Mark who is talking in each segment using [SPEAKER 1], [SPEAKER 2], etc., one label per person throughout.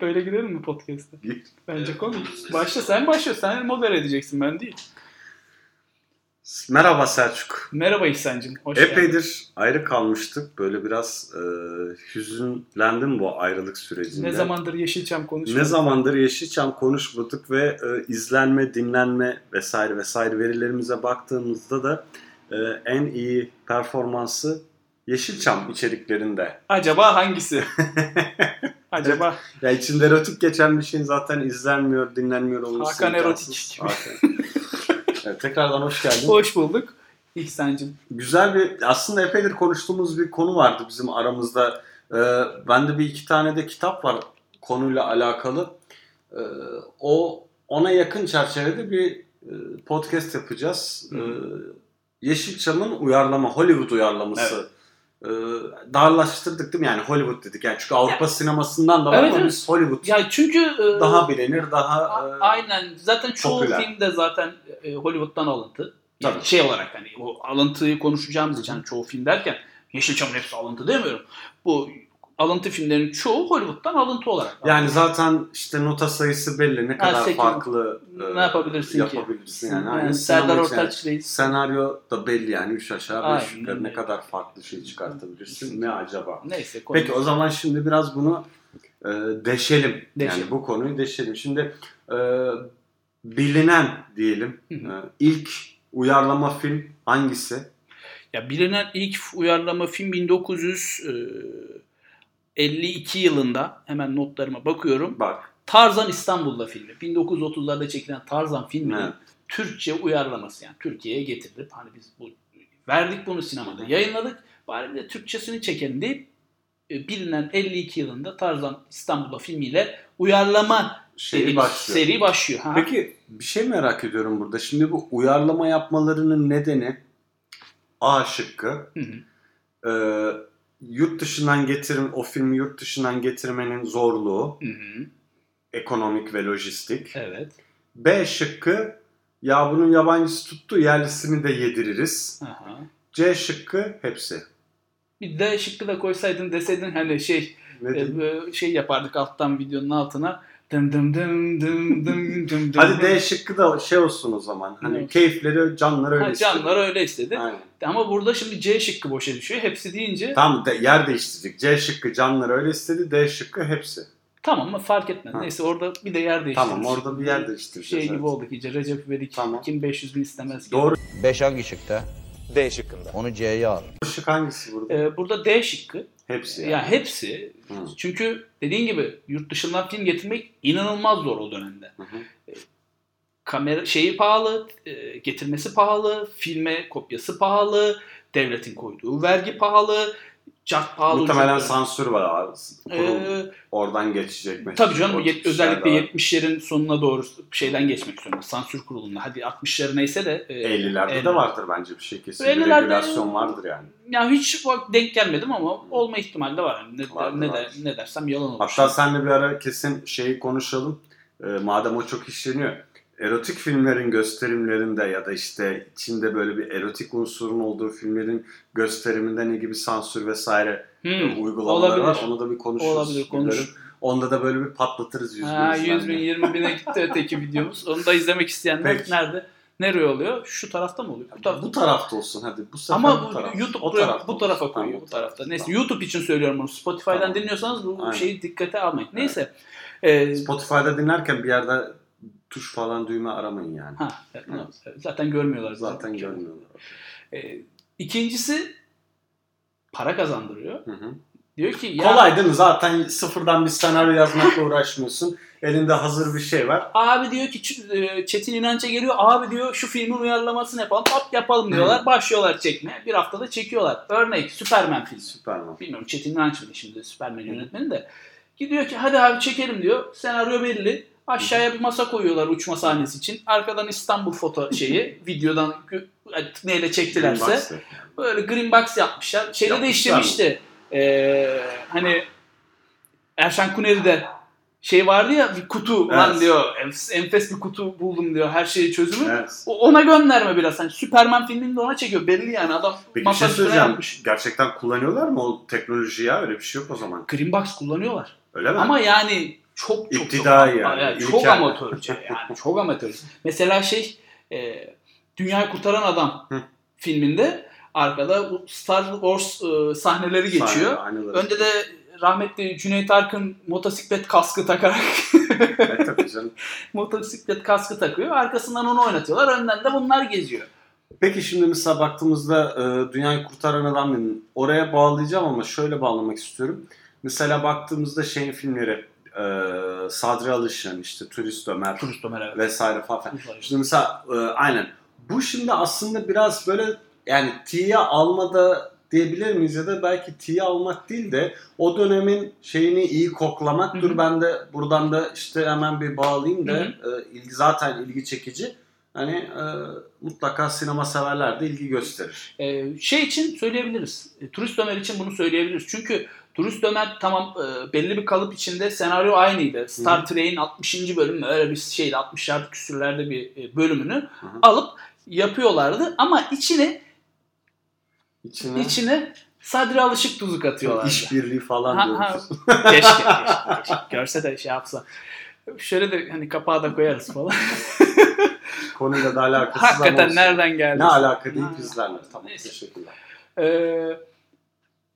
[SPEAKER 1] Böyle gidelim mi podcast'e?
[SPEAKER 2] Gir.
[SPEAKER 1] Bence komik. Başla sen başla. Sen moder edeceksin ben değil.
[SPEAKER 2] Merhaba Selçuk.
[SPEAKER 1] Merhaba İhsan'cığım. Hoş geldin.
[SPEAKER 2] Epeydir ayrı kalmıştık. Böyle biraz e, hüzünlendim bu ayrılık sürecinde.
[SPEAKER 1] Ne zamandır Yeşilçam konuşuyor.
[SPEAKER 2] Ne zamandır Yeşilçam konuşmadık ve e, izlenme, dinlenme vesaire vesaire verilerimize baktığımızda da e, en iyi performansı Yeşilçam içeriklerinde.
[SPEAKER 1] Acaba hangisi? Acaba
[SPEAKER 2] Ya içinde erotik geçen bir şeyin zaten izlenmiyor, dinlenmiyor olması.
[SPEAKER 1] Hakan
[SPEAKER 2] imkansız. Hakan. Evet, tekrardan hoş geldin.
[SPEAKER 1] hoş bulduk İhsan'cığım.
[SPEAKER 2] Güzel bir aslında epeydir konuştuğumuz bir konu vardı bizim aramızda. Ee, bende bir iki tane de kitap var konuyla alakalı. Ee, o ona yakın çerçevede bir e, podcast yapacağız.
[SPEAKER 1] Hı hı.
[SPEAKER 2] Ee, Yeşilçam'ın uyarlama, Hollywood uyarlaması. Ee, darlaştırdık değil mi? Yani Hollywood dedik. Yani çünkü Avrupa sinemasından da var
[SPEAKER 1] Evet,
[SPEAKER 2] ama
[SPEAKER 1] evet.
[SPEAKER 2] biz Hollywood
[SPEAKER 1] Ya çünkü e,
[SPEAKER 2] daha bilinir, daha
[SPEAKER 1] a-
[SPEAKER 2] e,
[SPEAKER 1] aynen zaten çoğu
[SPEAKER 2] popüler.
[SPEAKER 1] film de zaten e, Hollywood'dan alıntı. Yani
[SPEAKER 2] Tabii.
[SPEAKER 1] şey olarak hani o alıntıyı konuşacağımız için çoğu film derken Yeşilçam'ın hepsi alıntı demiyorum. Bu alıntı filmlerin çoğu Hollywood'dan alıntı olarak.
[SPEAKER 2] yani zaten işte nota sayısı belli. Ne kadar
[SPEAKER 1] sekiz-
[SPEAKER 2] farklı e,
[SPEAKER 1] ne yapabilirsin ki?
[SPEAKER 2] yapabilirsin yani. Aynı
[SPEAKER 1] Yani Serdar
[SPEAKER 2] sinema için-
[SPEAKER 1] Ortaç'layız.
[SPEAKER 2] Senaryo da belli yani üç aşağı beş
[SPEAKER 1] Aynen
[SPEAKER 2] yukarı ne
[SPEAKER 1] öyle.
[SPEAKER 2] kadar farklı şey çıkartabilirsin ne acaba?
[SPEAKER 1] Neyse konu.
[SPEAKER 2] Peki o zaman şimdi biraz bunu e, deşelim.
[SPEAKER 1] Deşelim.
[SPEAKER 2] Yani bu konuyu deşelim. Şimdi e, bilinen diyelim
[SPEAKER 1] Hı hı.
[SPEAKER 2] e, ilk uyarlama film hangisi?
[SPEAKER 1] Ya bilinen ilk uyarlama film 1952 e, yılında hemen notlarıma bakıyorum.
[SPEAKER 2] Bak.
[SPEAKER 1] Tarzan İstanbul'da filmi. 1930'larda çekilen Tarzan filminin
[SPEAKER 2] Evet.
[SPEAKER 1] Türkçe uyarlaması yani Türkiye'ye getirilip hani biz bu verdik bunu sinemada yayınladık. Bari bir de Türkçesini çekelim deyip e, bilinen 52 yılında Tarzan İstanbul'da filmiyle uyarlama
[SPEAKER 2] Şey
[SPEAKER 1] dediğimiz
[SPEAKER 2] başlıyor.
[SPEAKER 1] seri başlıyor. Ha?
[SPEAKER 2] Peki bir şey merak ediyorum burada. Şimdi bu uyarlama yapmalarının nedeni A şıkkı.
[SPEAKER 1] Hı hı.
[SPEAKER 2] e, yurt dışından getirin o filmi yurt dışından getirmenin zorluğu.
[SPEAKER 1] Hı hı.
[SPEAKER 2] ekonomik ve lojistik.
[SPEAKER 1] Evet.
[SPEAKER 2] B şıkkı ya bunun yabancısı tuttu yerlisini de yediririz.
[SPEAKER 1] Aha.
[SPEAKER 2] C şıkkı hepsi.
[SPEAKER 1] Bir de şıkkı da koysaydın deseydin hani şey
[SPEAKER 2] Ne diyeyim?
[SPEAKER 1] E, e, şey yapardık alttan videonun altına. Dım dım dım dım dım dım dım.
[SPEAKER 2] Hadi D şıkkı da şey olsun o zaman. Hani
[SPEAKER 1] Evet.
[SPEAKER 2] keyifleri canları öyle
[SPEAKER 1] Ha,
[SPEAKER 2] istiyor.
[SPEAKER 1] canlar öyle istedi.
[SPEAKER 2] Aynen.
[SPEAKER 1] Ama burada şimdi C şıkkı boşa düşüyor. Hepsi deyince
[SPEAKER 2] Tam de, yer değiştirdik. C şıkkı canları öyle istedi. D şıkkı hepsi.
[SPEAKER 1] tamam mı fark etmez.
[SPEAKER 2] Ha.
[SPEAKER 1] Neyse orada bir de yer değiştirdik.
[SPEAKER 2] Tamam orada bir yer değiştireceğiz.
[SPEAKER 1] Şey
[SPEAKER 2] evet.
[SPEAKER 1] gibi olduk iyice. Recep İvedik
[SPEAKER 2] Tamam.
[SPEAKER 1] kim 500 bin istemez. Gibi.
[SPEAKER 2] Doğru
[SPEAKER 3] 5 hangi şıkta?
[SPEAKER 4] D şıkkında.
[SPEAKER 3] Onu C'ye alın.
[SPEAKER 2] şık hangisi burada?
[SPEAKER 1] E, burada D şıkkı.
[SPEAKER 2] Hepsi.
[SPEAKER 1] Ya
[SPEAKER 2] yani.
[SPEAKER 1] hepsi.
[SPEAKER 2] Hı.
[SPEAKER 1] Çünkü dediğin gibi yurt dışından film getirmek inanılmaz zor o dönemde. Ee,
[SPEAKER 2] Hı hı.
[SPEAKER 1] kamera şeyi pahalı, e, getirmesi pahalı, filme kopyası pahalı, devletin koyduğu vergi pahalı, cart pahalı.
[SPEAKER 2] Muhtemelen
[SPEAKER 1] ucuz-
[SPEAKER 2] sansür var. abi. Kurum
[SPEAKER 1] Ee,
[SPEAKER 2] oradan geçecek. meşhur.
[SPEAKER 1] tabii canım
[SPEAKER 2] O
[SPEAKER 1] yet-
[SPEAKER 2] tip şeyler
[SPEAKER 1] özellikle
[SPEAKER 2] var.
[SPEAKER 1] 70'lerin sonuna doğru şeyden geçmek zorunda. Sansür kurulunda. Hadi 60'lar neyse de e,
[SPEAKER 2] 50'lerde
[SPEAKER 1] elli-
[SPEAKER 2] de vardır bence bir şey kesin. Bir
[SPEAKER 1] 50'lerde
[SPEAKER 2] regülasyon vardır yani.
[SPEAKER 1] Ya hiç bak denk gelmedim ama olma ihtimali de var. Yani Ne,
[SPEAKER 2] Vardır,
[SPEAKER 1] ne,
[SPEAKER 2] vardır.
[SPEAKER 1] ne dersem yalan olur.
[SPEAKER 2] Hatta senle bir ara kesin şeyi konuşalım. Ee, madem o çok işleniyor. Erotik filmlerin gösterimlerinde ya da işte içinde böyle bir erotik unsurun olduğu filmlerin gösteriminde ne gibi sansür vesaire
[SPEAKER 1] Hmm,
[SPEAKER 2] uygulamaları var.
[SPEAKER 1] olabilir.
[SPEAKER 2] Onu da bir konuşuruz.
[SPEAKER 1] Olabilir konuş.
[SPEAKER 2] Bilirim. Onda da böyle bir patlatırız yüz
[SPEAKER 1] Ha,
[SPEAKER 2] bin
[SPEAKER 1] 100 bin
[SPEAKER 2] izlenme.
[SPEAKER 1] 20 bine gitti öteki videomuz. Onu da izlemek isteyenler
[SPEAKER 2] Peki.
[SPEAKER 1] nerede? Nereye oluyor? Şu tarafta mı oluyor? Bu tarafta
[SPEAKER 2] Bu tarafta olsun hadi. Bu sefer
[SPEAKER 1] Ama
[SPEAKER 2] bu
[SPEAKER 1] bu
[SPEAKER 2] taraf.
[SPEAKER 1] YouTube
[SPEAKER 2] O
[SPEAKER 1] buraya-
[SPEAKER 2] tarafta
[SPEAKER 1] bu tarafa
[SPEAKER 2] olsun.
[SPEAKER 1] koyuyor
[SPEAKER 2] Tamam,
[SPEAKER 1] bu tarafta. Neyse
[SPEAKER 2] Tamam.
[SPEAKER 1] YouTube için söylüyorum bunu. Spotify'dan
[SPEAKER 2] Tamam.
[SPEAKER 1] dinliyorsanız bu
[SPEAKER 2] Aynen.
[SPEAKER 1] şeyi dikkate almayın.
[SPEAKER 2] Evet.
[SPEAKER 1] Neyse. Ee,
[SPEAKER 2] Spotify'da dinlerken bir yerde tuş falan düğme aramayın yani.
[SPEAKER 1] ha, evet, zaten görmüyorlar zaten.
[SPEAKER 2] Zaten görmüyorlar.
[SPEAKER 1] Ee, ikincisi para kazandırıyor.
[SPEAKER 2] Hı hı.
[SPEAKER 1] Diyor ki ya
[SPEAKER 2] Kolay değil mi? Zaten sıfırdan bir senaryo yazmakla uğraşmıyorsun. Elinde hazır bir şey var.
[SPEAKER 1] abi diyor ki Ç- e, Çetin İnanç'a geliyor. Abi diyor şu filmin uyarlamasını yapalım. Hop yapalım diyorlar. Başlıyorlar çekmeye. Bir haftada çekiyorlar. Örnek Superman filmi.
[SPEAKER 2] Süperman.
[SPEAKER 1] bilmiyorum Çetin İnanç mıydı şimdi Superman yönetmeni de. Gidiyor ki hadi abi çekelim diyor. Senaryo belli. Aşağıya bir masa koyuyorlar uçma sahnesi için. Arkadan İstanbul foto şeyi videodan gü- neyle çektilerse.
[SPEAKER 2] Bilmezse.
[SPEAKER 1] Böyle green box yapmışlar. Şeyde de
[SPEAKER 2] Yapmışlar
[SPEAKER 1] işlemişti. Ee, hani Erşen Kuneri'de şey vardı ya bir kutu lan
[SPEAKER 2] Evet.
[SPEAKER 1] diyor. enf- Enfes bir kutu buldum diyor. Her şeyi çözümü.
[SPEAKER 2] Evet.
[SPEAKER 1] O- Ona gönderme biraz. Hani Superman filminde ona çekiyor. Belli yani adam
[SPEAKER 2] Peki bir
[SPEAKER 1] masa
[SPEAKER 2] şey
[SPEAKER 1] üstüne
[SPEAKER 2] söyleyeceğim.
[SPEAKER 1] yapmış.
[SPEAKER 2] Gerçekten kullanıyorlar mı o teknolojiyi ya? Öyle bir şey yok o zaman.
[SPEAKER 1] Green box kullanıyorlar.
[SPEAKER 2] Öyle mi?
[SPEAKER 1] Ama yani çok çok
[SPEAKER 2] İptidai
[SPEAKER 1] çok,
[SPEAKER 2] yani,
[SPEAKER 1] yani
[SPEAKER 2] ilkel.
[SPEAKER 1] çok amatörce yani çok amatörce. Mesela şey e, Dünyayı Kurtaran Adam
[SPEAKER 2] Hı.
[SPEAKER 1] filminde arkada bu Star Wars e, sahneleri geçiyor.
[SPEAKER 2] Aynen öyle.
[SPEAKER 1] Önde de rahmetli Cüneyt Arkın motosiklet kaskı takarak
[SPEAKER 2] Evet, tabii canım.
[SPEAKER 1] motosiklet kaskı takıyor. Arkasından onu oynatıyorlar. Önden de bunlar geziyor.
[SPEAKER 2] Peki şimdi mesela baktığımızda e, Dünyayı Kurtaran Adam dedin. Oraya bağlayacağım ama şöyle bağlamak istiyorum. Mesela baktığımızda şeyin filmleri e, Sadri Alışan işte Turist Ömer
[SPEAKER 1] Turist Ömer evet.
[SPEAKER 2] vesaire falan. Şimdi mesela e, aynen. Bu şimdi aslında biraz böyle yani T'ye almada diyebilir miyiz ya da belki T'ye almak değil de o dönemin şeyini iyi koklamak.
[SPEAKER 1] Hı hı.
[SPEAKER 2] Dur ben de buradan da işte hemen bir bağlayayım da
[SPEAKER 1] Hı
[SPEAKER 2] e, ilgi zaten ilgi çekici. Hani e, mutlaka sinema severler de ilgi gösterir.
[SPEAKER 1] Ee, şey için söyleyebiliriz. E, Turist Ömer için bunu söyleyebiliriz. Çünkü Turist Ömer tamam e, belli bir kalıp içinde senaryo aynıydı.
[SPEAKER 2] Hı
[SPEAKER 1] Star Trek'in 60. bölümü öyle bir şeydi 60'lar küsürlerde bir e, bölümünü
[SPEAKER 2] Hı hı.
[SPEAKER 1] alıp yapıyorlardı ama içine
[SPEAKER 2] İçine
[SPEAKER 1] içine Sadri Alışık tuzu katıyorlardı.
[SPEAKER 2] işbirliği falan
[SPEAKER 1] Ha, ha.
[SPEAKER 2] diyoruz.
[SPEAKER 1] Keşke, keşke, keşke. Görse de şey yapsa. Şöyle de hani kapağı da koyarız falan.
[SPEAKER 2] Konuyla da alakasız ama
[SPEAKER 1] Hakikaten
[SPEAKER 2] olsun.
[SPEAKER 1] nereden geldi?
[SPEAKER 2] ne alaka deyip
[SPEAKER 1] Ha.
[SPEAKER 2] izlerler. Tamam
[SPEAKER 1] Neyse.
[SPEAKER 2] teşekkürler.
[SPEAKER 1] Ee,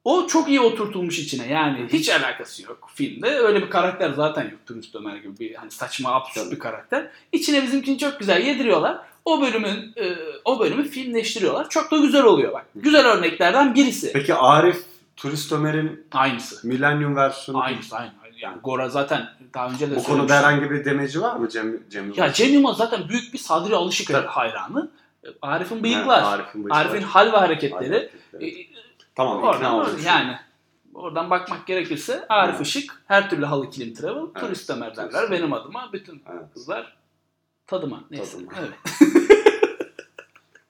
[SPEAKER 1] o çok iyi oturtulmuş içine. Yani hiç alakası yok filmde. Öyle bir karakter zaten yok Turist Ömer gibi bir hani saçma absürt
[SPEAKER 2] Tabii.
[SPEAKER 1] bir karakter. İçine bizimkini çok güzel yediriyorlar. O bölümün e, o bölümü filmleştiriyorlar. Çok da güzel oluyor bak. Güzel örneklerden birisi.
[SPEAKER 2] Peki Arif Turist Ömer'in
[SPEAKER 1] Aynısı.
[SPEAKER 2] Millennium versiyonu
[SPEAKER 1] Aynısı aynı. Yani Gora zaten daha önce de
[SPEAKER 2] Bu konuda
[SPEAKER 1] söylemiştim.
[SPEAKER 2] herhangi bir demeci var mı Cem, Cem Yılmaz?
[SPEAKER 1] Ya Cem Yılmaz zaten büyük bir Sadri Alışık
[SPEAKER 2] Tabii.
[SPEAKER 1] hayranı. E, Arif'in
[SPEAKER 2] Ha,
[SPEAKER 1] bıyıklar.
[SPEAKER 2] Arif'in bıyıklar.
[SPEAKER 1] Arif'in hal ve
[SPEAKER 2] Arif'in
[SPEAKER 1] hareketleri.
[SPEAKER 2] hareketleri.
[SPEAKER 1] E,
[SPEAKER 2] Tamam
[SPEAKER 1] Oradan,
[SPEAKER 2] ikna oldum.
[SPEAKER 1] oradan- yani oradan bakmak gerekirse Arif
[SPEAKER 2] Evet.
[SPEAKER 1] Işık her türlü halı kilim travel
[SPEAKER 2] Evet.
[SPEAKER 1] turist Ömer derler.
[SPEAKER 2] Turist.
[SPEAKER 1] Benim adıma bütün
[SPEAKER 2] Evet.
[SPEAKER 1] kızlar tadıma. Neyse.
[SPEAKER 2] Tadıma.
[SPEAKER 1] Evet.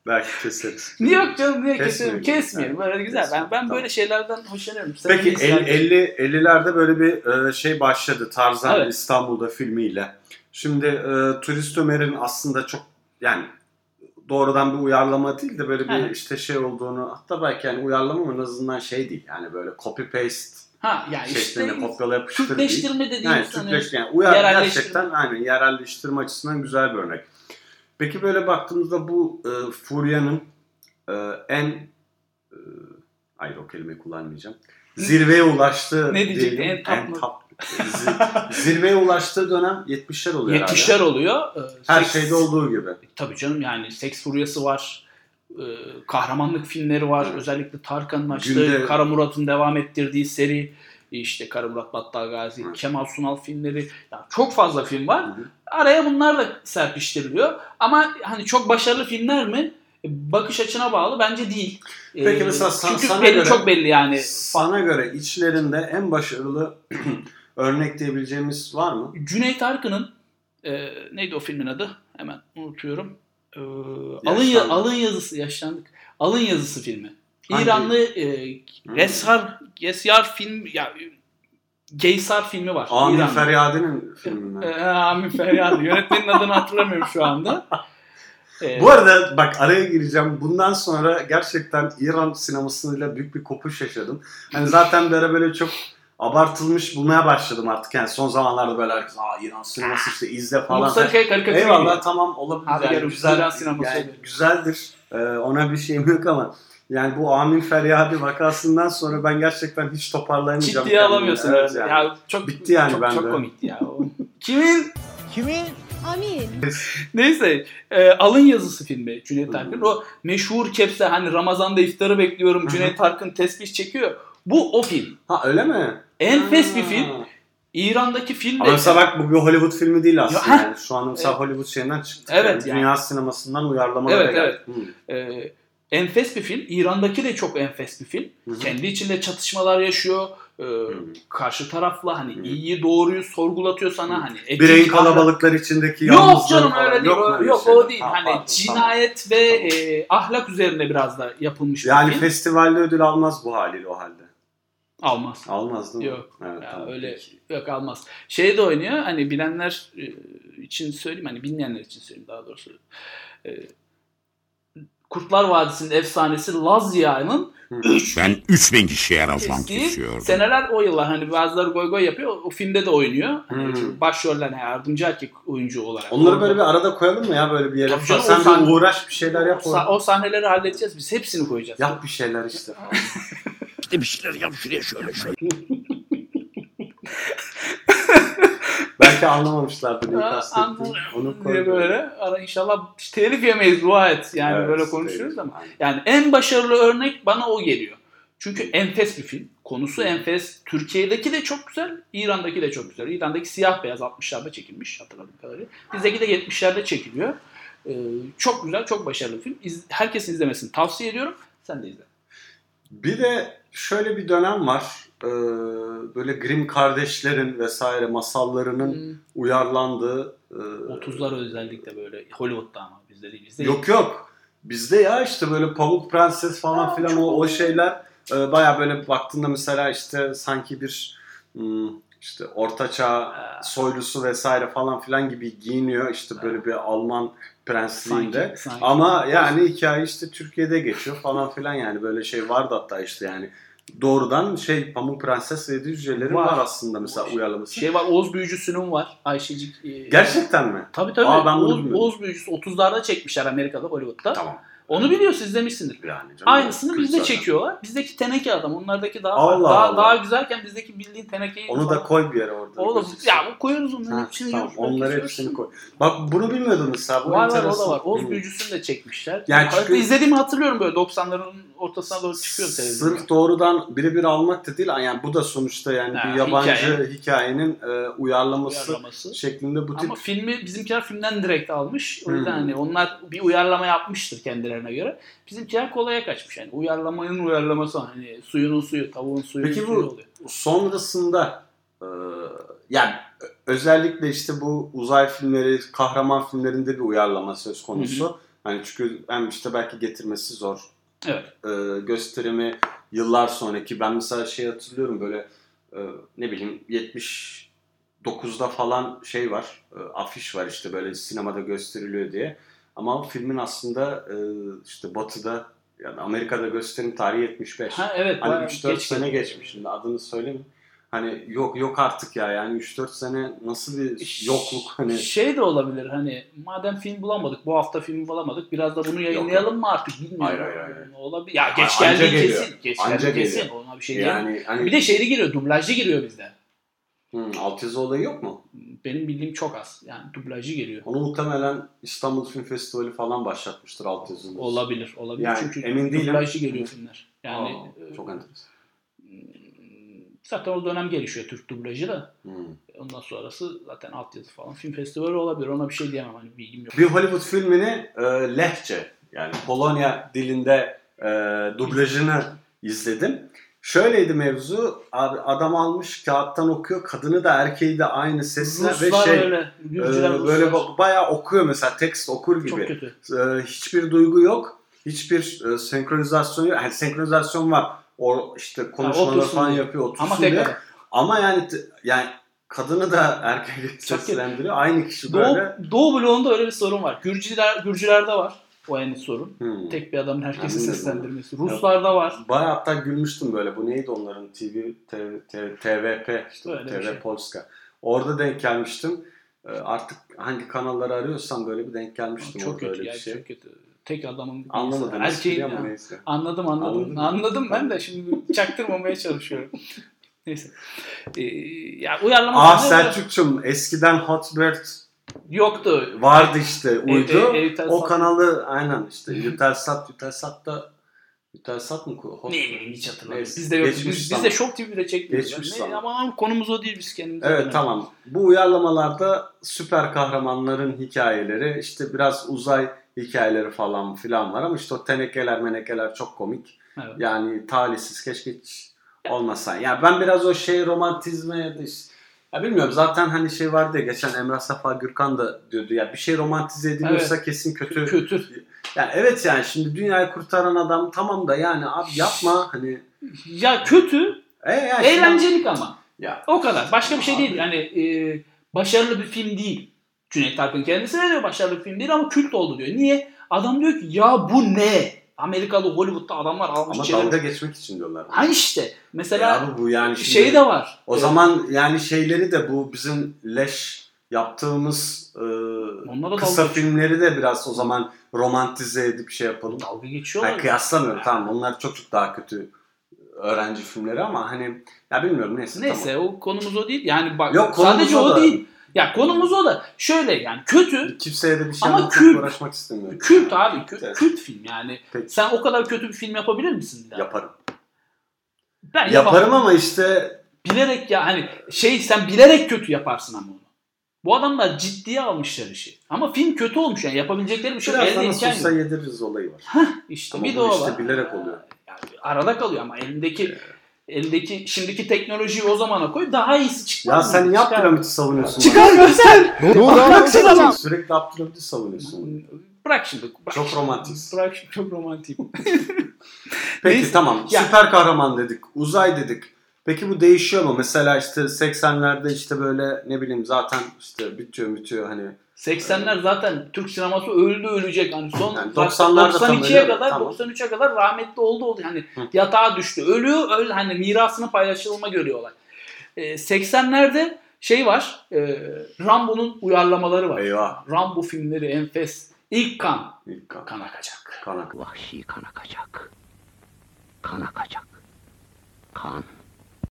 [SPEAKER 2] Belki keseriz.
[SPEAKER 1] Niye yok canım niye
[SPEAKER 2] Kesmeyelim.
[SPEAKER 1] keselim? Kesmeyelim. Böyle güzel. Ben ben
[SPEAKER 2] Kesmeyelim.
[SPEAKER 1] böyle şeylerden hoşlanıyorum. Sen
[SPEAKER 2] Peki
[SPEAKER 1] neyse.
[SPEAKER 2] el- 50 50'lerde böyle bir e, şey başladı Tarzan
[SPEAKER 1] Evet.
[SPEAKER 2] İstanbul'da filmiyle. Şimdi e, Turist Ömer'in aslında çok yani doğrudan bir uyarlama değil de böyle bir
[SPEAKER 1] Hı hı.
[SPEAKER 2] işte şey olduğunu hatta belki yani uyarlama mı en azından şey değil yani böyle copy paste
[SPEAKER 1] ha ya işte
[SPEAKER 2] şeklinde kopyala yapıştır değil.
[SPEAKER 1] Türkleştirme dediğimiz
[SPEAKER 2] Yani
[SPEAKER 1] hani-
[SPEAKER 2] Türkleşti yani uyar
[SPEAKER 1] Yerelleştirme.
[SPEAKER 2] gerçekten aynen yerelleştirme açısından güzel bir örnek. Peki böyle baktığımızda bu e, Furya'nın e, en e, hayır o kelimeyi kullanmayacağım. Zirveye ulaştığı
[SPEAKER 1] Ne diyecektin?
[SPEAKER 2] diyelim,
[SPEAKER 1] En top mı?
[SPEAKER 2] zi- zirveye ulaştığı dönem 70'ler oluyor 70'ler
[SPEAKER 1] 70'ler oluyor. Ee,
[SPEAKER 2] Her
[SPEAKER 1] seks-
[SPEAKER 2] şeyde olduğu gibi.
[SPEAKER 1] Tabii canım yani seks furyası var. Ee, kahramanlık filmleri var.
[SPEAKER 2] Evet.
[SPEAKER 1] Özellikle Tarkan'ın açtığı,
[SPEAKER 2] Günde-
[SPEAKER 1] Kara Murat'ın devam ettirdiği seri. işte Kara Murat Battal Gazi,
[SPEAKER 2] Evet.
[SPEAKER 1] Kemal Sunal filmleri. Yani çok fazla film var.
[SPEAKER 2] Hı hı.
[SPEAKER 1] Araya bunlar da serpiştiriliyor. Ama hani çok başarılı filmler mi? E, Bakış açına bağlı bence değil. Ee,
[SPEAKER 2] Peki mesela sa-
[SPEAKER 1] çünkü
[SPEAKER 2] sana
[SPEAKER 1] belli,
[SPEAKER 2] göre-
[SPEAKER 1] çok belli yani.
[SPEAKER 2] Sana göre içlerinde en başarılı örnek diyebileceğimiz var mı?
[SPEAKER 1] Cüneyt Arkın'ın e, neydi o filmin adı? Hemen unutuyorum. E, alın, ya-
[SPEAKER 2] Yaşlandık.
[SPEAKER 1] alın yazısı yaşlandık. Alın yazısı filmi.
[SPEAKER 2] Hangi-
[SPEAKER 1] İranlı e,
[SPEAKER 2] Hmm.
[SPEAKER 1] Geshar Gesyar film ya Geysar filmi var.
[SPEAKER 2] Amir
[SPEAKER 1] İranlı.
[SPEAKER 2] Feryadi'nin filminden.
[SPEAKER 1] E, Amin Feryadi. Yönetmenin adını hatırlamıyorum şu anda. E,
[SPEAKER 2] Bu arada bak araya gireceğim. Bundan sonra gerçekten İran sinemasıyla büyük bir kopuş yaşadım. Hani zaten bir ara böyle çok abartılmış bulmaya başladım artık. Yani son zamanlarda böyle herkes aa İran sineması işte izle falan. Hani
[SPEAKER 1] Muhtar Kaya karikatürü
[SPEAKER 2] Eyvallah
[SPEAKER 1] gibi.
[SPEAKER 2] tamam olabilir.
[SPEAKER 1] Abi gel, İran sineması
[SPEAKER 2] yani
[SPEAKER 1] olur.
[SPEAKER 2] güzeldir. Ee, ona bir şeyim yok ama yani bu Amin Feryadi vakasından sonra ben gerçekten hiç toparlayamayacağım.
[SPEAKER 1] Ciddiye
[SPEAKER 2] kendimi.
[SPEAKER 1] alamıyorsun.
[SPEAKER 2] Evet yani.
[SPEAKER 1] Ya, çok,
[SPEAKER 2] Bitti yani
[SPEAKER 1] çok,
[SPEAKER 2] bende.
[SPEAKER 1] Çok komikti ya. o. Kimin
[SPEAKER 3] Kimin?
[SPEAKER 4] Amin.
[SPEAKER 1] Neyse e, alın yazısı filmi Cüneyt
[SPEAKER 2] Hı.
[SPEAKER 1] Arkın. O meşhur kepse hani Ramazan'da iftarı bekliyorum
[SPEAKER 2] hı.
[SPEAKER 1] Cüneyt Arkın tesbih çekiyor. Bu o film.
[SPEAKER 2] Ha öyle mi?
[SPEAKER 1] Enfes
[SPEAKER 2] Ha.
[SPEAKER 1] bir film. İran'daki film
[SPEAKER 2] Ama
[SPEAKER 1] de.
[SPEAKER 2] mesela bak bu bir Hollywood filmi değil aslında.
[SPEAKER 1] Ya, ha.
[SPEAKER 2] yani. Şu an mesela
[SPEAKER 1] Evet.
[SPEAKER 2] Hollywood şeyinden çıktı.
[SPEAKER 1] Evet
[SPEAKER 2] Yani
[SPEAKER 1] yani.
[SPEAKER 2] Dünya sinemasından uyarlamalara Hmm.
[SPEAKER 1] Evet,
[SPEAKER 2] geldi. Hı.
[SPEAKER 1] e, enfes bir film. İran'daki de çok enfes bir film.
[SPEAKER 2] Hı hı.
[SPEAKER 1] Kendi içinde çatışmalar yaşıyor. E, karşı tarafla hani
[SPEAKER 2] Hı.
[SPEAKER 1] iyiyi doğruyu sorgulatıyor sana
[SPEAKER 2] Hı.
[SPEAKER 1] hani etik-
[SPEAKER 2] Bireyin kalabalıkları içindeki
[SPEAKER 1] Yok
[SPEAKER 2] yalnızlığı
[SPEAKER 1] canım
[SPEAKER 2] falan.
[SPEAKER 1] öyle değil. Yok,
[SPEAKER 2] mu öyle
[SPEAKER 1] yok
[SPEAKER 2] şeyler?
[SPEAKER 1] o değil.
[SPEAKER 2] Ha,
[SPEAKER 1] hani
[SPEAKER 2] pardon, tamam.
[SPEAKER 1] cinayet ve e, ahlak üzerine biraz da yapılmış
[SPEAKER 2] Yani
[SPEAKER 1] bir film.
[SPEAKER 2] festivalde ödül almaz bu haliyle o halde.
[SPEAKER 1] Almaz.
[SPEAKER 2] Almaz değil mi?
[SPEAKER 1] Yok.
[SPEAKER 2] Evet,
[SPEAKER 1] Ya
[SPEAKER 2] tamam,
[SPEAKER 1] öyle
[SPEAKER 2] peki.
[SPEAKER 1] yok almaz. Şey de oynuyor hani bilenler e, için söyleyeyim hani bilmeyenler için söyleyeyim daha doğrusu. E, Kurtlar Vadisi'nin efsanesi Lazia'nın
[SPEAKER 3] Ben 3000 kişiye rafon
[SPEAKER 1] eski
[SPEAKER 3] kesiyordum.
[SPEAKER 1] seneler o yıllar hani bazıları goy goy yapıyor. O filmde de oynuyor. Hani
[SPEAKER 2] Hmm.
[SPEAKER 1] çünkü başrolden yardımcı erkek oyuncu olarak.
[SPEAKER 2] Onları böyle bir arada koyalım mı ya böyle bir yere?
[SPEAKER 1] Tabii canım,
[SPEAKER 2] Sen
[SPEAKER 1] o sahne-
[SPEAKER 2] bir uğraş bir şeyler yap.
[SPEAKER 1] Sa- o sahneleri halledeceğiz biz. Hepsini koyacağız.
[SPEAKER 2] Yap bir şeyler işte.
[SPEAKER 3] İşte bir şeyler yap şuraya şöyle şöyle.
[SPEAKER 2] Belki anlamamışlardır neyi
[SPEAKER 1] Aa,
[SPEAKER 2] kastettiğimi.
[SPEAKER 1] anladım.
[SPEAKER 2] Onu koy.
[SPEAKER 1] diye böyle ara inşallah telif yemeyiz dua et. Yani
[SPEAKER 2] Evet,
[SPEAKER 1] böyle konuşuyoruz
[SPEAKER 2] işte.
[SPEAKER 1] ama yani en başarılı örnek bana o geliyor. Çünkü enfes bir film. Konusu enfes. Türkiye'deki de çok güzel, İran'daki de çok güzel. İran'daki siyah beyaz 60'larda çekilmiş hatırladığım kadarıyla. Bizdeki de 70'lerde çekiliyor. Ee, çok güzel, çok başarılı bir film. İz- herkesin izlemesini tavsiye ediyorum. Sen de izle.
[SPEAKER 2] Bir de şöyle bir dönem var. Ee, böyle Grimm kardeşlerin vesaire masallarının
[SPEAKER 1] Hmm.
[SPEAKER 2] uyarlandığı. e,
[SPEAKER 1] 30'lar özellikle böyle Hollywood'da ama bizde değil. Bizde
[SPEAKER 2] Yok yok. Bizde ya işte böyle Pamuk Prenses falan
[SPEAKER 1] Aa,
[SPEAKER 2] filan
[SPEAKER 1] çok
[SPEAKER 2] o, o
[SPEAKER 1] iyi.
[SPEAKER 2] şeyler e, baya böyle baktığında mesela işte sanki bir hmm, işte ortaçağ
[SPEAKER 1] Aa.
[SPEAKER 2] soylusu vesaire falan filan gibi giyiniyor işte böyle bir Alman
[SPEAKER 1] sanki,
[SPEAKER 2] prensliğinde.
[SPEAKER 1] sanki.
[SPEAKER 2] Ama yani hikaye işte Türkiye'de geçiyor falan filan yani böyle şey vardı hatta işte yani doğrudan şey Pamuk Prenses ve Yedi Cüceleri var.
[SPEAKER 1] Var.
[SPEAKER 2] aslında mesela
[SPEAKER 1] Şey-
[SPEAKER 2] uyarlaması.
[SPEAKER 1] şey var Oğuz Büyücüsü'nün var. Ayşecik. e,
[SPEAKER 2] Gerçekten mi?
[SPEAKER 1] Tabii tabii.
[SPEAKER 2] Aa, ben bunu
[SPEAKER 1] Oğuz,
[SPEAKER 2] bilmiyordum.
[SPEAKER 1] Oğuz Büyücüsü 30'larda çekmişler Amerika'da Hollywood'da.
[SPEAKER 2] Tamam.
[SPEAKER 1] Onu biliyorsun izlemişsindir.
[SPEAKER 2] Yani canım,
[SPEAKER 1] Aynısını
[SPEAKER 2] kült
[SPEAKER 1] bizde
[SPEAKER 2] zaten.
[SPEAKER 1] çekiyorlar. Bizdeki teneke adam. Onlardaki daha
[SPEAKER 2] Allah
[SPEAKER 1] daha,
[SPEAKER 2] Allah.
[SPEAKER 1] daha güzelken bizdeki bildiğin tenekeyi
[SPEAKER 2] Onu da koy bir yere orada.
[SPEAKER 1] Oğlum
[SPEAKER 2] gözüksün.
[SPEAKER 1] ya bu koyarız onların
[SPEAKER 2] Ha,
[SPEAKER 1] hepsini.
[SPEAKER 2] tamam,
[SPEAKER 1] yiyoruz, belki
[SPEAKER 2] onları
[SPEAKER 1] görürsün.
[SPEAKER 2] hepsini koy. Bak bunu bilmiyordum mesela. Bu
[SPEAKER 1] Var var o
[SPEAKER 2] enteresan.
[SPEAKER 1] da var. Oğuz
[SPEAKER 2] Hı.
[SPEAKER 1] Büyücüsü'nü de çekmişler.
[SPEAKER 2] Yani
[SPEAKER 1] Hatta
[SPEAKER 2] çünkü-
[SPEAKER 1] izlediğimi hatırlıyorum böyle 90'ların ortasına doğru çıkıyor televizyonda.
[SPEAKER 2] Sırf doğrudan birebir almak da değil. Yani bu da sonuçta yani
[SPEAKER 1] Ha,
[SPEAKER 2] bir yabancı
[SPEAKER 1] hikaye.
[SPEAKER 2] hikayenin e, uyarlaması
[SPEAKER 1] Uyarlaması.
[SPEAKER 2] şeklinde bu tip
[SPEAKER 1] Ama filmi bizimkiler filmden direkt almış. O yüzden
[SPEAKER 2] Hmm.
[SPEAKER 1] hani onlar bir uyarlama yapmıştır kendilerine göre. Bizimkiler kolaya kaçmış. Yani uyarlamanın uyarlaması hani suyunun suyu, tavuğun suyu,
[SPEAKER 2] Peki bu-
[SPEAKER 1] suyu oluyor.
[SPEAKER 2] sonrasında e, yani ö- özellikle işte bu uzay filmleri, kahraman filmlerinde bir uyarlama söz konusu. Hani çünkü hem işte belki getirmesi zor.
[SPEAKER 1] Evet.
[SPEAKER 2] E, gösterimi yıllar sonraki. Ben mesela şey hatırlıyorum böyle e, ne bileyim 79'da falan şey var. e, afiş var işte böyle sinemada gösteriliyor diye. Ama filmin aslında e, işte batıda yani Amerika'da gösterim tarihi 75.
[SPEAKER 1] Ha evet.
[SPEAKER 2] Hani
[SPEAKER 1] bayağı
[SPEAKER 2] 3-4
[SPEAKER 1] geç
[SPEAKER 2] sene
[SPEAKER 1] geldi.
[SPEAKER 2] geçmiş şimdi adını söyleyeyim. Hani yok yok artık ya yani 3-4 sene nasıl bir yokluk hani
[SPEAKER 1] Şey de olabilir hani madem film bulamadık bu hafta filmi bulamadık biraz da bunu yayınlayalım mı artık bilmiyorum.
[SPEAKER 2] Hayır, hayır, hayır.
[SPEAKER 1] Yani Olabilir. Ya geç
[SPEAKER 2] Anca
[SPEAKER 1] geldi
[SPEAKER 2] geliyor.
[SPEAKER 1] kesin. Geç
[SPEAKER 2] Anca
[SPEAKER 1] geldi kesin.
[SPEAKER 2] geliyor.
[SPEAKER 1] Ona bir şey diyemem.
[SPEAKER 2] yani hani
[SPEAKER 1] Bir de şeyli giriyor dublajlı giriyor bizde.
[SPEAKER 2] hı, altyazı olayı yok mu?
[SPEAKER 1] Benim bildiğim çok az. Yani dublajlı geliyor.
[SPEAKER 2] Onu muhtemelen İstanbul Film Festivali falan başlatmıştır altyazılı.
[SPEAKER 1] Olabilir. Olabilir.
[SPEAKER 2] Yani
[SPEAKER 1] Çünkü
[SPEAKER 2] emin değilim.
[SPEAKER 1] dublajlı geliyor filmler. Yani
[SPEAKER 2] Aa,
[SPEAKER 1] e, Hmm,
[SPEAKER 2] çok enteresan.
[SPEAKER 1] zaten o dönem gelişiyor Türk dublajı da.
[SPEAKER 2] Hı.
[SPEAKER 1] Ondan sonrası zaten altyazı falan. Film festivali olabilir. Ona bir şey diyemem. Hani bilgim yok.
[SPEAKER 2] Bir Hollywood filmini e, lehçe yani Polonya dilinde e, dublajını izledim. Şöyleydi mevzu. Abi adam almış kağıttan okuyor. Kadını da erkeği de aynı sesle ve
[SPEAKER 1] Ruslar
[SPEAKER 2] şey
[SPEAKER 1] öyle.
[SPEAKER 2] e,
[SPEAKER 1] Gürcüler, Ruslar.
[SPEAKER 2] böyle ba- bayağı okuyor mesela tekst okur gibi.
[SPEAKER 1] Çok kötü.
[SPEAKER 2] Ee, hiçbir duygu yok. Hiçbir e, senkronizasyon yok. Yani senkronizasyon var. O işte konuşmalar
[SPEAKER 1] otursun
[SPEAKER 2] falan
[SPEAKER 1] diye.
[SPEAKER 2] yapıyor otursun
[SPEAKER 1] Ama
[SPEAKER 2] diye.
[SPEAKER 1] tekrar.
[SPEAKER 2] Ama yani t- yani kadını da erkeği
[SPEAKER 1] Çok
[SPEAKER 2] seslendiriyor. Aynı kişi böyle.
[SPEAKER 1] Doğu, Doğu bloğunda öyle bir sorun var. Gürcüler, Gürcülerde var. O en sorun.
[SPEAKER 2] Hmm.
[SPEAKER 1] Tek bir adamın herkesi
[SPEAKER 2] Anladım.
[SPEAKER 1] seslendirmesi. Ruslarda var.
[SPEAKER 2] Bayağı hatta gülmüştüm böyle. Bu neydi onların TV, TV, TVP işte
[SPEAKER 1] Öyle bir
[SPEAKER 2] TV
[SPEAKER 1] şey.
[SPEAKER 2] Polska. Orada denk gelmiştim. Ee, Artık hangi kanalları arıyorsam böyle bir denk gelmiştim.
[SPEAKER 1] çok
[SPEAKER 2] orada
[SPEAKER 1] kötü
[SPEAKER 2] öyle
[SPEAKER 1] ya.
[SPEAKER 2] bir şey.
[SPEAKER 1] Çok kötü. Tek adamın
[SPEAKER 2] Anlamadım.
[SPEAKER 1] erkeğin
[SPEAKER 2] espriyi ama neyse.
[SPEAKER 1] Anladım anladım.
[SPEAKER 2] Anladın mı?
[SPEAKER 1] anladım ben de şimdi çaktırmamaya çalışıyorum. Neyse. Ee, ya uyarlama
[SPEAKER 2] Ah
[SPEAKER 1] filmleri
[SPEAKER 2] Selçuk'cum eskiden Hotbird
[SPEAKER 1] yoktu.
[SPEAKER 2] vardı işte
[SPEAKER 1] E,
[SPEAKER 2] uydu.
[SPEAKER 1] Ev- ev- Evtel
[SPEAKER 2] o
[SPEAKER 1] Sat-
[SPEAKER 2] kanalı aynen işte Yutelsat, Yutelsat'ta Yutelsat mı? Hot...
[SPEAKER 1] Ne bileyim hiç hatırlamıyorum.
[SPEAKER 2] Neyse,
[SPEAKER 1] Bizde yok. Biz,
[SPEAKER 2] geçmiş
[SPEAKER 1] biz
[SPEAKER 2] zaman.
[SPEAKER 1] de Show TV'de çekmiyoruz.
[SPEAKER 2] Geçmiş
[SPEAKER 1] Ne-
[SPEAKER 2] zaman.
[SPEAKER 1] Ama konumuz o değil biz kendimiz.
[SPEAKER 2] Evet tamam. Bu uyarlamalarda süper kahramanların hikayeleri işte biraz uzay hikayeleri falan filan var ama işte o tenekeler menekeler çok komik.
[SPEAKER 1] Evet.
[SPEAKER 2] Yani talihsiz keşke hiç olmasan. Ya ben biraz o şey romantizme ya da işte- ya bilmiyorum zaten hani şey vardı ya geçen Emrah Safa Gürkan da diyordu ya bir şey romantize ediliyorsa kesin kötü.
[SPEAKER 1] Kötü.
[SPEAKER 2] Yani evet yani şimdi dünyayı kurtaran adam tamam da yani abi yapma hani.
[SPEAKER 1] Ya kötü
[SPEAKER 2] E, ya şimdi-
[SPEAKER 1] Eğlencelik ama.
[SPEAKER 2] Ya.
[SPEAKER 1] O kadar. Başka bir şey
[SPEAKER 2] Abi.
[SPEAKER 1] değil. Yani e, başarılı bir film değil. Cüneyt Arkın kendisi de diyor başarılı bir film değil ama kült oldu diyor. Niye? Adam diyor ki ya bu ne? Amerikalı Hollywood'da adamlar almış
[SPEAKER 2] Ama
[SPEAKER 1] çevirmiş.
[SPEAKER 2] dalga geçmek için diyorlar.
[SPEAKER 1] Ha işte mesela
[SPEAKER 2] Ya bu yani şimdi-
[SPEAKER 1] şey de var.
[SPEAKER 2] O
[SPEAKER 1] Ee,
[SPEAKER 2] zaman yani şeyleri de bu bizim leş yaptığımız e,
[SPEAKER 1] Ee, Onunla da
[SPEAKER 2] kısa
[SPEAKER 1] dalga-
[SPEAKER 2] filmleri de biraz o zaman romantize edip şey yapalım.
[SPEAKER 1] dalga
[SPEAKER 2] Yani
[SPEAKER 1] geçiyorlar.
[SPEAKER 2] kıyaslamıyorum tamam onlar çok çok daha kötü öğrenci filmleri ama hani ya bilmiyorum neyse,
[SPEAKER 1] Neyse o konumuz o değil. Yani bak
[SPEAKER 2] Yok, konumuz
[SPEAKER 1] sadece
[SPEAKER 2] o
[SPEAKER 1] o,
[SPEAKER 2] da.
[SPEAKER 1] değil. Ya konumuz o da. Şöyle yani kötü
[SPEAKER 2] tamam. Kimseye de bir şey
[SPEAKER 1] Ama
[SPEAKER 2] anlatıp
[SPEAKER 1] kült.
[SPEAKER 2] uğraşmak istemiyorum.
[SPEAKER 1] kült abi kült,
[SPEAKER 2] Evet.
[SPEAKER 1] kült film yani.
[SPEAKER 2] Peki.
[SPEAKER 1] Sen o kadar kötü bir film yapabilir misin? bir daha?
[SPEAKER 2] Yaparım.
[SPEAKER 1] Ben yapamam.
[SPEAKER 2] Yaparım ama işte
[SPEAKER 1] Bilerek ya hani şey sen bilerek kötü yaparsın ama onu. Bu adamlar ciddiye almışlar işi. Ama film kötü olmuş yani yapabilecekleri bir şey
[SPEAKER 2] biraz
[SPEAKER 1] elde
[SPEAKER 2] sana
[SPEAKER 1] imkan
[SPEAKER 2] sussa
[SPEAKER 1] yok.
[SPEAKER 2] yediririz olayı var.
[SPEAKER 1] İşte
[SPEAKER 2] Ama
[SPEAKER 1] bir de
[SPEAKER 2] bu
[SPEAKER 1] o
[SPEAKER 2] işte
[SPEAKER 1] var.
[SPEAKER 2] bilerek oluyor.
[SPEAKER 1] Yani arada kalıyor ama
[SPEAKER 2] Şey.
[SPEAKER 1] elindeki elindeki şimdiki teknolojiyi o zamana koy daha iyisi çıkmaz.
[SPEAKER 2] Ya
[SPEAKER 1] mı?
[SPEAKER 2] sen niye
[SPEAKER 1] Çıkar.
[SPEAKER 2] Abdülhamit'i savunuyorsun?
[SPEAKER 1] Çıkar göster.
[SPEAKER 4] Ne oldu
[SPEAKER 1] Haksız adam.
[SPEAKER 2] Sürekli Abdülhamit'i savunuyorsun.
[SPEAKER 1] Bırak şimdi. Bırak
[SPEAKER 2] Çok
[SPEAKER 1] şimdi.
[SPEAKER 2] romantik.
[SPEAKER 1] Bırak şimdi, çok romantik.
[SPEAKER 2] Peki
[SPEAKER 1] Neyse,
[SPEAKER 2] tamam.
[SPEAKER 1] ya-
[SPEAKER 2] Süper kahraman dedik. Uzay dedik. Peki bu değişiyor mu? Mesela işte 80'lerde işte böyle ne bileyim zaten işte bitiyor bitiyor hani.
[SPEAKER 1] 80'ler zaten Türk sineması öldü ölecek. Hani son
[SPEAKER 2] Yani 90'larda tam
[SPEAKER 1] 92'ye
[SPEAKER 2] öyle,
[SPEAKER 1] kadar
[SPEAKER 2] tamam.
[SPEAKER 1] 93'e kadar rahmetli oldu oldu. Hani
[SPEAKER 2] Hı.
[SPEAKER 1] yatağa düştü. Ölüyor öyle hani mirasını paylaşılma görüyorlar. Ee, 80'lerde şey var. E, Rambo'nun uyarlamaları var.
[SPEAKER 2] Eyvah.
[SPEAKER 1] Rambo filmleri enfes. İlk kan
[SPEAKER 2] ilk kan-
[SPEAKER 1] kan akacak.
[SPEAKER 2] kan akıyor.
[SPEAKER 5] Vahşi kan akacak. Kan akacak. Kan.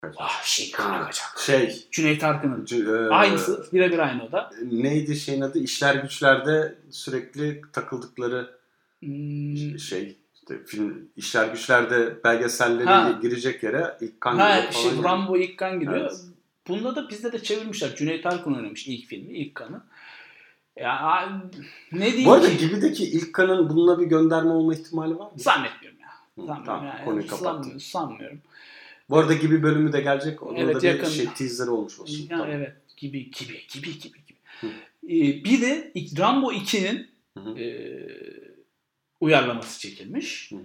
[SPEAKER 1] Vahşi kan akacak.
[SPEAKER 2] Şey.
[SPEAKER 1] Cüneyt Arkın'ın.
[SPEAKER 2] c- e,
[SPEAKER 1] Aynısı birebir aynı o da.
[SPEAKER 2] Neydi şeyin adı? İşler güçlerde sürekli takıldıkları
[SPEAKER 1] Hmm,
[SPEAKER 2] şey. işte film işler güçlerde belgeselleri
[SPEAKER 1] Ha.
[SPEAKER 2] girecek yere ilk kan
[SPEAKER 1] Ha
[SPEAKER 2] giriyor falan
[SPEAKER 1] işte
[SPEAKER 2] yani.
[SPEAKER 1] Rambo ilk kan giriyor.
[SPEAKER 2] Evet.
[SPEAKER 1] Bunda da bizde de çevirmişler. Cüneyt Arkın oynamış ilk filmi, ilk kanı. Ya a- ne diyeyim
[SPEAKER 2] Bu arada
[SPEAKER 1] ki?
[SPEAKER 2] Gibi'deki ilk kanın bununla bir gönderme olma ihtimali var mı?
[SPEAKER 1] Zannetmiyorum ya.
[SPEAKER 2] Hı,
[SPEAKER 1] Zannetmiyorum
[SPEAKER 2] tamam,
[SPEAKER 1] yani.
[SPEAKER 2] konuyu kapattık.
[SPEAKER 1] sanmıyorum. sanmıyorum.
[SPEAKER 2] Bu arada gibi bölümü de gelecek. Onun
[SPEAKER 1] Evet,
[SPEAKER 2] da bir
[SPEAKER 1] yakın.
[SPEAKER 2] şey teaser olmuş olsun.
[SPEAKER 1] Ya,
[SPEAKER 2] Tamam.
[SPEAKER 1] Evet gibi gibi gibi gibi gibi.
[SPEAKER 2] Hı.
[SPEAKER 1] Ee, bir de ilk Rambo 2'nin
[SPEAKER 2] Hı hı.
[SPEAKER 1] e, uyarlaması çekilmiş.
[SPEAKER 2] Hı hı.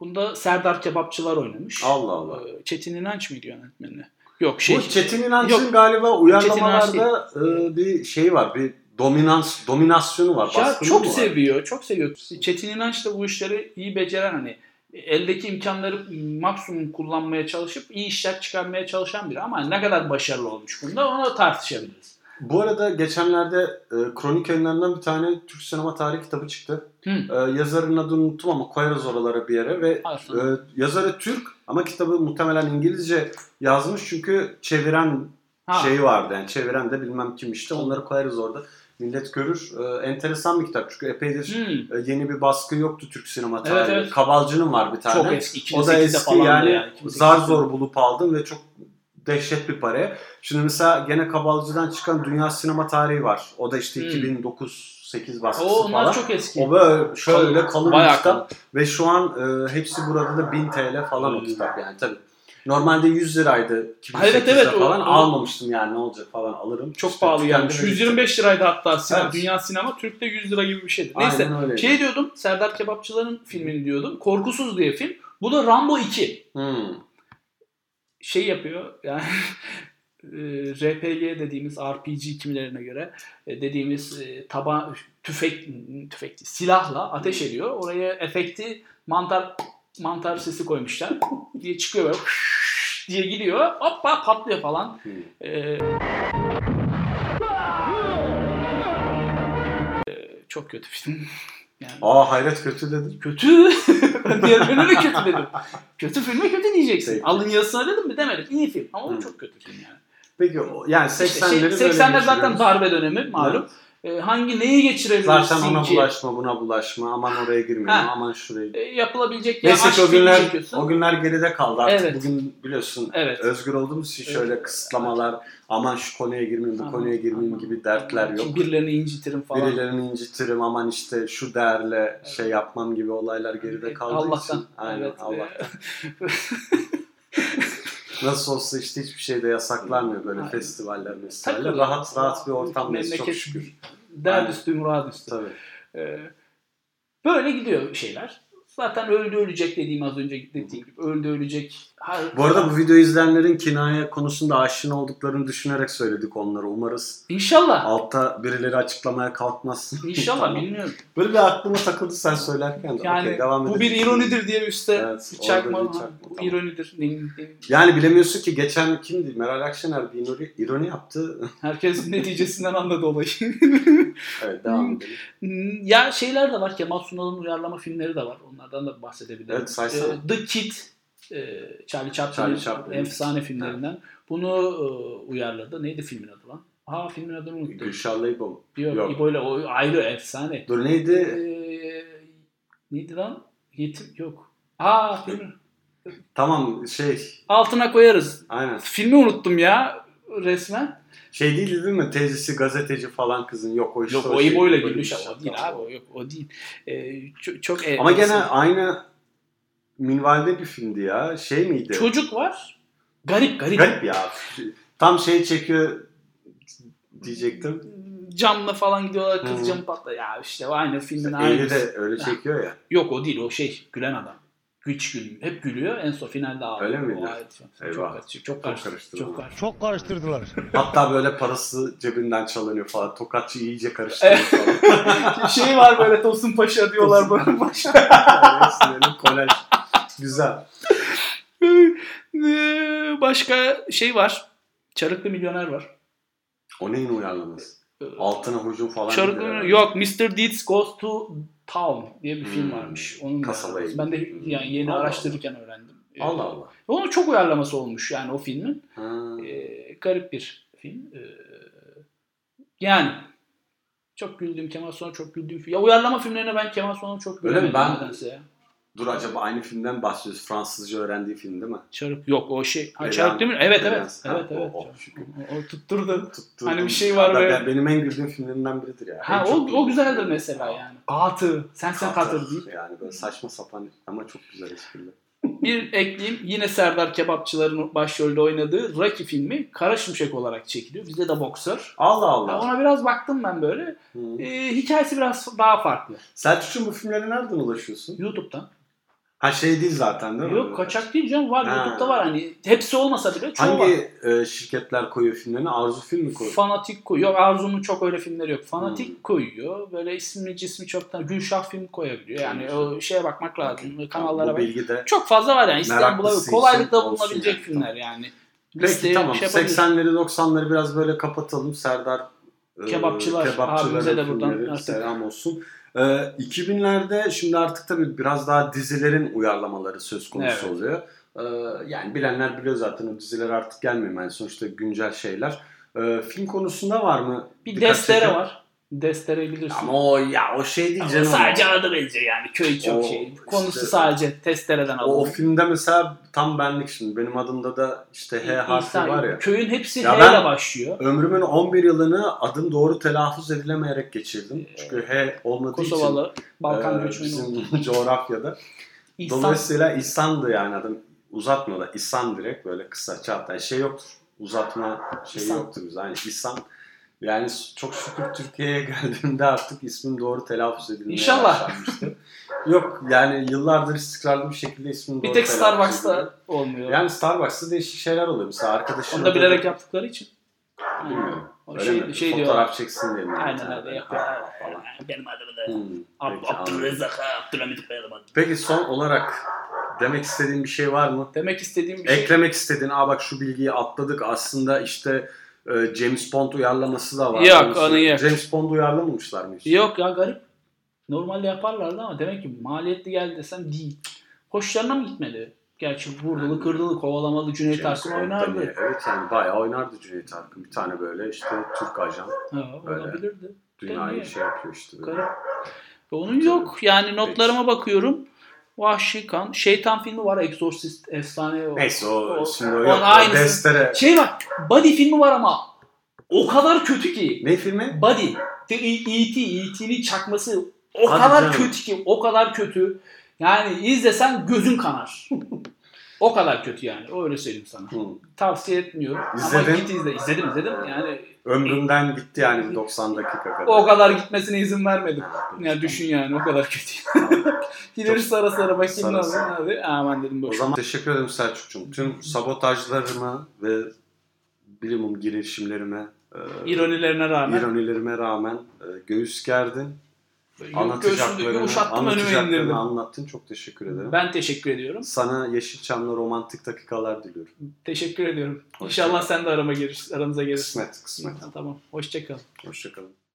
[SPEAKER 1] Bunda Serdar Kebapçılar oynamış.
[SPEAKER 2] Allah Allah.
[SPEAKER 1] Ee, Çetin İnanç mıydı yönetmeni? Yok şey.
[SPEAKER 2] Bu Çetin İnanç'ın
[SPEAKER 1] Yok.
[SPEAKER 2] galiba
[SPEAKER 1] Çetin
[SPEAKER 2] uyarlamalarda e, bir şey var. Bir dominans, dominasyonu var.
[SPEAKER 1] Ya
[SPEAKER 2] baskını
[SPEAKER 1] çok
[SPEAKER 2] mı var?
[SPEAKER 1] seviyor, çok seviyor. Çetin İnanç da bu işleri iyi beceren hani eldeki imkanları maksimum kullanmaya çalışıp iyi işler çıkarmaya çalışan biri ama ne kadar başarılı olmuş bunda onu tartışabiliriz.
[SPEAKER 2] Bu arada geçenlerde e, kronik yayınlarından bir tane Türk sinema tarihi kitabı çıktı.
[SPEAKER 1] Hı.
[SPEAKER 2] E, yazarın adını unuttum ama koyarız oralara bir yere ve e,
[SPEAKER 1] Aslında
[SPEAKER 2] yazarı Türk ama kitabı muhtemelen İngilizce yazmış çünkü çeviren
[SPEAKER 1] ha,
[SPEAKER 2] şeyi vardı yani çeviren de bilmem kim işte onları koyarız orada. Millet görür. Ee, enteresan bir kitap çünkü epeydir
[SPEAKER 1] hmm,
[SPEAKER 2] e, yeni bir baskı yoktu Türk sinema
[SPEAKER 1] Evet,
[SPEAKER 2] tarihinde.
[SPEAKER 1] evet.
[SPEAKER 2] Kabalcı'nın var bir tane.
[SPEAKER 1] çok eski.
[SPEAKER 2] o da
[SPEAKER 1] 2008'de
[SPEAKER 2] eski
[SPEAKER 1] falan da
[SPEAKER 2] yani,
[SPEAKER 1] yani.
[SPEAKER 2] zar zor bulup aldım ve çok dehşet bir paraya. Şimdi mesela gene Kabalcı'dan çıkan Dünya Sinema Tarihi var. O da işte
[SPEAKER 1] Hmm.
[SPEAKER 2] 2009 8 baskısı
[SPEAKER 1] O, onlar
[SPEAKER 2] falan.
[SPEAKER 1] çok eski.
[SPEAKER 2] O böyle şöyle kalın bir
[SPEAKER 1] Bayağı
[SPEAKER 2] kitap ve şu an e, hepsi burada da 1000 TL falan o
[SPEAKER 1] Hmm.
[SPEAKER 2] kitap yani tabii. Normalde 100 liraydı 2008'de
[SPEAKER 1] Evet, evet, o-
[SPEAKER 2] falan
[SPEAKER 1] o-
[SPEAKER 2] almamıştım yani ne olacak falan alırım.
[SPEAKER 1] Çok
[SPEAKER 2] İşte
[SPEAKER 1] pahalı yani.
[SPEAKER 2] tükendim.
[SPEAKER 1] 125 liraydı hatta sinema,
[SPEAKER 2] Evet.
[SPEAKER 1] dünya sinema Türk'te 100 lira gibi bir şeydi.
[SPEAKER 2] Aynen
[SPEAKER 1] Neyse
[SPEAKER 2] öyleydi.
[SPEAKER 1] şey diyordum Serdar Kebapçıların filmini diyordum. Korkusuz diye film. Bu da Rambo 2.
[SPEAKER 2] Hmm.
[SPEAKER 1] şey yapıyor yani e, RPG dediğimiz RPG kimilerine göre e, dediğimiz e, taba tüfek tüfek değil, silahla ateş ediyor. Oraya efekti mantar mantar sesi koymuşlar diye çıkıyor böyle diye gidiyor. Hoppa patlıyor falan.
[SPEAKER 2] Hmm.
[SPEAKER 1] E, e, çok kötü film. Yani
[SPEAKER 2] Aa hayret kötü dedim.
[SPEAKER 1] kötü. Ben Diğer filme de kötü dedim. Kötü filme kötü diyeceksin.
[SPEAKER 2] Peki.
[SPEAKER 1] Alın yazısına dedim mi demedim. İyi film ama
[SPEAKER 2] Hı.
[SPEAKER 1] o çok kötü film yani.
[SPEAKER 2] Peki o- yani 80'leri
[SPEAKER 1] İşte şey,
[SPEAKER 2] böyle
[SPEAKER 1] 80'ler zaten
[SPEAKER 2] geçiriyoruz.
[SPEAKER 1] darbe dönemi malum. Ee, hangi neyi geçirebilirsin
[SPEAKER 2] Zaten ona
[SPEAKER 1] ki?
[SPEAKER 2] bulaşma, buna bulaşma, aman oraya girmeyelim,
[SPEAKER 1] Ha.
[SPEAKER 2] aman şuraya
[SPEAKER 1] Ee,
[SPEAKER 2] girmeyelim.
[SPEAKER 1] yapılabilecek ya
[SPEAKER 2] Neyse
[SPEAKER 1] aşk
[SPEAKER 2] ki o
[SPEAKER 1] filmi
[SPEAKER 2] günler,
[SPEAKER 1] çekiyorsun.
[SPEAKER 2] o günler geride kaldı artık.
[SPEAKER 1] Evet.
[SPEAKER 2] Bugün biliyorsun
[SPEAKER 1] Evet.
[SPEAKER 2] özgür olduğumuz için
[SPEAKER 1] Evet.
[SPEAKER 2] şöyle kısıtlamalar, aman şu konuya girmeyeyim, bu
[SPEAKER 1] Aman,
[SPEAKER 2] konuya girmeyeyim
[SPEAKER 1] aman.
[SPEAKER 2] gibi dertler yok.
[SPEAKER 1] Kim birilerini incitirim falan.
[SPEAKER 2] Birilerini incitirim, aman işte şu değerle şey yapmam gibi olaylar geride kaldığı
[SPEAKER 1] Ee, Allah'tan.
[SPEAKER 2] için. Aynen
[SPEAKER 1] Evet,
[SPEAKER 2] Allah. Nasıl olsa işte hiçbir şey de yasaklanmıyor böyle
[SPEAKER 1] Aynen.
[SPEAKER 2] festivaller mesela.
[SPEAKER 1] Takılıyor.
[SPEAKER 2] Rahat rahat bir ortamdayız çok
[SPEAKER 1] Memleket
[SPEAKER 2] şükür. Aynen.
[SPEAKER 1] Dert üstü murad üstü.
[SPEAKER 2] Tabii.
[SPEAKER 1] Ee, böyle gidiyor şeyler. Zaten öldü ölecek dediğim az önce dediğim gibi öldü ölecek Ha,
[SPEAKER 2] Bu arada bu videoyu izleyenlerin kinaye konusunda aşina olduklarını düşünerek söyledik onları. Umarız
[SPEAKER 1] İnşallah.
[SPEAKER 2] altta birileri açıklamaya kalkmaz.
[SPEAKER 1] İnşallah
[SPEAKER 2] Tamam.
[SPEAKER 1] bilmiyorum.
[SPEAKER 2] Böyle bir aklıma takıldı sen söylerken. de.
[SPEAKER 1] Yani
[SPEAKER 2] Okey, devam
[SPEAKER 1] bu
[SPEAKER 2] edelim.
[SPEAKER 1] bir ironidir diye üstte
[SPEAKER 2] Evet,
[SPEAKER 1] bir çakma.
[SPEAKER 2] orada bir
[SPEAKER 1] Ha,
[SPEAKER 2] çakma,
[SPEAKER 1] bu
[SPEAKER 2] tamam.
[SPEAKER 1] ironidir. Din- din-
[SPEAKER 2] Yani bilemiyorsun ki geçen kimdi? Meral Akşener bir ironi, ironi yaptı.
[SPEAKER 1] Herkes neticesinden anladı olayı.
[SPEAKER 2] evet devam
[SPEAKER 1] Hmm.
[SPEAKER 2] edelim.
[SPEAKER 1] ya şeyler de var. Kemal Sunal'ın uyarlama filmleri de var. Onlardan da bahsedebilirim.
[SPEAKER 2] Evet, saysana.
[SPEAKER 1] Ee, The Kid. e, Charlie Chaplin'in
[SPEAKER 2] Charlie Chaplin'in.
[SPEAKER 1] efsane filmlerinden. Bunu e, uyarladı. Neydi filmin adı lan? Aa filmin adını unuttum.
[SPEAKER 2] Gülşah Leybol.
[SPEAKER 1] Yok,
[SPEAKER 2] Yok.
[SPEAKER 1] İbo ile o ayrı efsane.
[SPEAKER 2] Dur neydi?
[SPEAKER 1] Ee, neydi lan? Yetim yok. Aa filmi.
[SPEAKER 2] Tamam şey
[SPEAKER 1] Altına koyarız.
[SPEAKER 2] aynen.
[SPEAKER 1] Filmi unuttum ya resmen.
[SPEAKER 2] Şey değil değil mi? Teyzesi gazeteci falan kızın. Yok o işte
[SPEAKER 1] Yok
[SPEAKER 2] o
[SPEAKER 1] o
[SPEAKER 2] şey,
[SPEAKER 1] İbo ile
[SPEAKER 2] böyle bir
[SPEAKER 1] Gülüş
[SPEAKER 2] şey.
[SPEAKER 1] ama o değil
[SPEAKER 2] Tamam.
[SPEAKER 1] abi. O, yok, o değil. Ee, çok, çok e-
[SPEAKER 2] Ama gene aynı minvalde bir filmdi ya. Şey miydi?
[SPEAKER 1] Çocuk var. Garip garip.
[SPEAKER 2] Garip ya. Tam şey çekiyor diyecektim.
[SPEAKER 1] Camla falan gidiyorlar
[SPEAKER 2] Hı.
[SPEAKER 1] kız camı patla. Ya işte o aynı filmin
[SPEAKER 2] Eli
[SPEAKER 1] aynısı.
[SPEAKER 2] de öyle çekiyor ya.
[SPEAKER 1] Yok o değil o şey gülen adam. Güç gülüyor. Hep gülüyor. En son finalde ağlıyor.
[SPEAKER 2] Öyle miydi?
[SPEAKER 1] O ayrı-
[SPEAKER 2] Eyvah.
[SPEAKER 1] Çok karışık. Çok karışık.
[SPEAKER 2] karıştırdı
[SPEAKER 1] Çok
[SPEAKER 2] bunu.
[SPEAKER 1] karışık.
[SPEAKER 4] Çok karıştırdılar.
[SPEAKER 2] Hatta böyle parası cebinden çalınıyor falan. Tokatçı iyice karıştırıyor falan.
[SPEAKER 1] şey var böyle Tosun Paşa diyorlar bana.
[SPEAKER 2] Yani hepsinin önü kolaj. Güzel.
[SPEAKER 1] Ee, Başka şey var. Çarıklı Milyoner var.
[SPEAKER 2] O neyin uyarlaması?
[SPEAKER 1] Ee,
[SPEAKER 2] Altına hücum falan.
[SPEAKER 1] Çarıklı
[SPEAKER 2] gidiyor
[SPEAKER 1] Milyoner.
[SPEAKER 2] herhalde.
[SPEAKER 1] Yok Mr. Deeds Goes to Town diye bir film
[SPEAKER 2] Hmm.
[SPEAKER 1] varmış. Onun
[SPEAKER 2] Kasabaya
[SPEAKER 1] uyarlaması. Ben de
[SPEAKER 2] gidiyor.
[SPEAKER 1] yani yeni
[SPEAKER 2] Allah
[SPEAKER 1] araştırırken öğrendim. Ee,
[SPEAKER 2] Allah Allah.
[SPEAKER 1] Onun çok uyarlaması olmuş yani o filmin.
[SPEAKER 2] Ha.
[SPEAKER 1] Ee, garip bir film. Ee, yani çok güldüğüm Kemal Sunal çok güldüğüm film. Ya uyarlama filmlerine ben Kemal Sunal'ı çok
[SPEAKER 2] Öyle mi?
[SPEAKER 1] gülemedim.
[SPEAKER 2] Ben-
[SPEAKER 1] nedense ya.
[SPEAKER 2] Dur acaba aynı filmden bahsediyoruz. Fransızca öğrendiği film değil mi?
[SPEAKER 1] Çarık yok o şey. Ha,
[SPEAKER 2] Levan-
[SPEAKER 1] çarık değil mi? Evet evet.
[SPEAKER 2] Levans. Ha,
[SPEAKER 1] Evet
[SPEAKER 2] o-
[SPEAKER 1] evet.
[SPEAKER 2] o,
[SPEAKER 1] Çarık.
[SPEAKER 2] şükür.
[SPEAKER 1] O, tutturdu.
[SPEAKER 2] Tutturdum.
[SPEAKER 1] Hani bir şey var
[SPEAKER 2] Hatta
[SPEAKER 1] böyle-
[SPEAKER 2] ben- Benim en güldüğüm filmlerimden biridir ya.
[SPEAKER 1] Ha
[SPEAKER 2] En
[SPEAKER 1] o,
[SPEAKER 2] çok
[SPEAKER 1] o
[SPEAKER 2] güldüğüm
[SPEAKER 1] güzeldir
[SPEAKER 2] film.
[SPEAKER 1] mesela yani. Katı. Sen sen katır deyip.
[SPEAKER 2] Yani böyle saçma sapan ama çok güzel espriler.
[SPEAKER 1] Bir ekleyeyim. Yine Serdar Kebapçıların başrolde oynadığı Rocky filmi Kara Şimşek olarak çekiliyor. Bizde de boksör.
[SPEAKER 2] Allah
[SPEAKER 1] Ya
[SPEAKER 2] Allah.
[SPEAKER 1] ona biraz baktım ben böyle.
[SPEAKER 2] Hı.
[SPEAKER 1] Ee, hikayesi biraz daha farklı.
[SPEAKER 2] Selçuk'cum bu filmlere nereden ulaşıyorsun?
[SPEAKER 1] YouTube'dan.
[SPEAKER 2] Ha şey değil zaten değil mi?
[SPEAKER 1] Yok kaçak değil canım var
[SPEAKER 2] Ha.
[SPEAKER 1] YouTube'da var hani hepsi olmasa bile çoğu var.
[SPEAKER 2] Hangi e, şirketler koyuyor filmlerini? Arzu film mi koyuyor? Hmm.
[SPEAKER 1] Fanatik koyuyor. Yok Arzu'nun çok öyle filmleri yok. Fanatik koyuyor. Böyle ismini cismi çoktan Gülşah film koyabiliyor. Yani o şeye bakmak lazım. Kanallara
[SPEAKER 2] bu
[SPEAKER 1] bak.
[SPEAKER 2] bilgi de.
[SPEAKER 1] Çok fazla var yani İstanbul'a
[SPEAKER 2] Meraklısı
[SPEAKER 1] kolaylıkla
[SPEAKER 2] için olsun
[SPEAKER 1] bulunabilecek
[SPEAKER 2] yani,
[SPEAKER 1] filmler yani.
[SPEAKER 2] Peki
[SPEAKER 1] Listeye
[SPEAKER 2] tamam.
[SPEAKER 1] şey yapabiliriz.
[SPEAKER 2] 80'leri 90'ları biraz böyle kapatalım. Serdar e,
[SPEAKER 1] Kebapçılar
[SPEAKER 2] kebapçıların
[SPEAKER 1] abimize de buradan
[SPEAKER 2] filmleri,
[SPEAKER 1] artık-
[SPEAKER 2] selam olsun. E, 2000'lerde şimdi artık tabii biraz daha dizilerin uyarlamaları söz konusu
[SPEAKER 1] Evet.
[SPEAKER 2] oluyor. E, yani bilenler biliyor zaten o diziler artık gelmiyor. Yani sonuçta güncel şeyler. E, film konusunda var mı?
[SPEAKER 1] Bir
[SPEAKER 2] Birkaç
[SPEAKER 1] destere
[SPEAKER 2] çekim-
[SPEAKER 1] var. Destere bilirsin.
[SPEAKER 2] Ama o ya o şey değil
[SPEAKER 1] Ama
[SPEAKER 2] canım.
[SPEAKER 1] sadece adı benziyor yani köy çok
[SPEAKER 2] O
[SPEAKER 1] şey.
[SPEAKER 2] işte-
[SPEAKER 1] Konusu sadece testereden
[SPEAKER 2] O, o
[SPEAKER 1] alınıyor.
[SPEAKER 2] filmde mesela tam benlik şimdi. Benim adımda da işte H harfi
[SPEAKER 1] İnsan-
[SPEAKER 2] var ya.
[SPEAKER 1] Köyün hepsi
[SPEAKER 2] Ya
[SPEAKER 1] H
[SPEAKER 2] ben-
[SPEAKER 1] ile başlıyor.
[SPEAKER 2] Ömrümün 11 yılını adım doğru telaffuz edilemeyerek geçirdim. Çünkü H olmadığı için
[SPEAKER 1] Ee, Kosovalı, Balkan
[SPEAKER 2] e,
[SPEAKER 1] göçmeni.
[SPEAKER 2] bizim coğrafyada.
[SPEAKER 1] İhsan
[SPEAKER 2] Dolayısıyla İhsan'dı yani adım. Uzatma da İhsan direkt böyle kısa çat. Yani şey yoktur. Uzatma şey
[SPEAKER 1] İhsan.
[SPEAKER 2] yoktur biz. Yani İhsan yani çok şükür Türkiye'ye geldiğimde artık ismim doğru telaffuz edilmeye
[SPEAKER 1] İnşallah.
[SPEAKER 2] başlanmıştı. Yok yani yıllardır istikrarlı bir şekilde ismim doğru
[SPEAKER 1] Bir tek
[SPEAKER 2] telaffuz ediliyor.
[SPEAKER 1] Starbucks'ta olmuyor.
[SPEAKER 2] Yani Starbucks'ta değişik şeyler oluyor. Mesela arkadaşım...
[SPEAKER 1] Onu da bilerek yaptıkları için.
[SPEAKER 2] Bilmiyorum.
[SPEAKER 1] O
[SPEAKER 2] Öyle
[SPEAKER 1] şey-
[SPEAKER 2] mi?
[SPEAKER 1] şey
[SPEAKER 2] Fotoğraf çeksin diye. mi?
[SPEAKER 1] Aynen öyle yapıyorlar.
[SPEAKER 2] Falan.
[SPEAKER 6] Benim adımı da
[SPEAKER 2] Hmm,
[SPEAKER 6] Ab-
[SPEAKER 2] peki, anladım.
[SPEAKER 6] Abdülrezzak'a Abdülhamid koyalım adını.
[SPEAKER 2] Peki son olarak demek istediğin bir şey var mı?
[SPEAKER 1] Demek istediğim bir şey.
[SPEAKER 2] Eklemek istediğin, aa bak şu bilgiyi atladık aslında işte e, James Bond uyarlaması da var.
[SPEAKER 1] Yok,
[SPEAKER 2] Onu
[SPEAKER 1] onu
[SPEAKER 2] söyle-
[SPEAKER 1] yok.
[SPEAKER 2] James Bond uyarlamamışlar mı hiç?
[SPEAKER 1] şey. Yok ya garip. Normalde yaparlardı ama demek ki maliyetli geldi desem değil. Hoşlarına mı gitmedi? Gerçi vurdulu kırdılı kovalamalı Cüneyt
[SPEAKER 2] James
[SPEAKER 1] Arkın
[SPEAKER 2] Bond'da niye?
[SPEAKER 1] oynardı.
[SPEAKER 2] Evet yani bayağı oynardı Cüneyt Arkın. Bir tane böyle işte Türk ajan
[SPEAKER 1] Ha,
[SPEAKER 2] Öyle.
[SPEAKER 1] olabilirdi.
[SPEAKER 2] dünyayı
[SPEAKER 1] Tabii.
[SPEAKER 2] şey yapıyor işte. böyle.
[SPEAKER 1] Garip. Onun yok. Yani notlarıma bakıyorum. Vahşi kan. Şeytan filmi var. Exorcist. Efsane. o.
[SPEAKER 2] Neyse o,
[SPEAKER 1] O-
[SPEAKER 2] şimdi o
[SPEAKER 1] onun
[SPEAKER 2] yok. O
[SPEAKER 1] aynısı.
[SPEAKER 2] destere.
[SPEAKER 1] Şey var. Body filmi var ama. O kadar kötü ki.
[SPEAKER 2] Ne filmi?
[SPEAKER 1] Buddy, The E.T. E.T.'nin E çakması o
[SPEAKER 2] Hadi
[SPEAKER 1] kadar
[SPEAKER 2] canım.
[SPEAKER 1] kötü ki, o kadar kötü. Yani izlesen gözün kanar. O kadar kötü yani. O Öyle söyleyeyim sana.
[SPEAKER 2] Hı.
[SPEAKER 1] Tavsiye etmiyorum.
[SPEAKER 2] İzledin.
[SPEAKER 1] Ama git izle. İzledim izledim. Yani
[SPEAKER 2] Ömrümden gitti yani 90 dakika kadar.
[SPEAKER 1] o kadar gitmesine izin vermedim. Ya düşün yani o kadar kötü. Hileri sara sara bakayım ne olur
[SPEAKER 2] Sara
[SPEAKER 1] ne
[SPEAKER 2] sara.
[SPEAKER 1] olur. Aman dedim
[SPEAKER 2] O
[SPEAKER 1] boş.
[SPEAKER 2] zaman teşekkür ederim Selçuk'cum. Tüm sabotajlarıma ve bilimum girişimlerime, e,
[SPEAKER 1] İronilerine rağmen.
[SPEAKER 2] ironilerime rağmen e, göğüs gerdin.
[SPEAKER 1] Göğsümde
[SPEAKER 2] Anlatacaklarını,
[SPEAKER 1] yumuşattım önüme
[SPEAKER 2] anlatacaklarını
[SPEAKER 1] indirdim.
[SPEAKER 2] anlattın. Çok teşekkür ederim.
[SPEAKER 1] Ben teşekkür ediyorum.
[SPEAKER 2] Sana Yeşilçam'la romantik dakikalar diliyorum.
[SPEAKER 1] Teşekkür ediyorum.
[SPEAKER 2] Hoşça
[SPEAKER 1] İnşallah sen de arama gelirsin, aramıza gelirsin.
[SPEAKER 2] Kısmet, kısmet.
[SPEAKER 1] Tamam. Hoşça kal.
[SPEAKER 2] Hoşçakalın.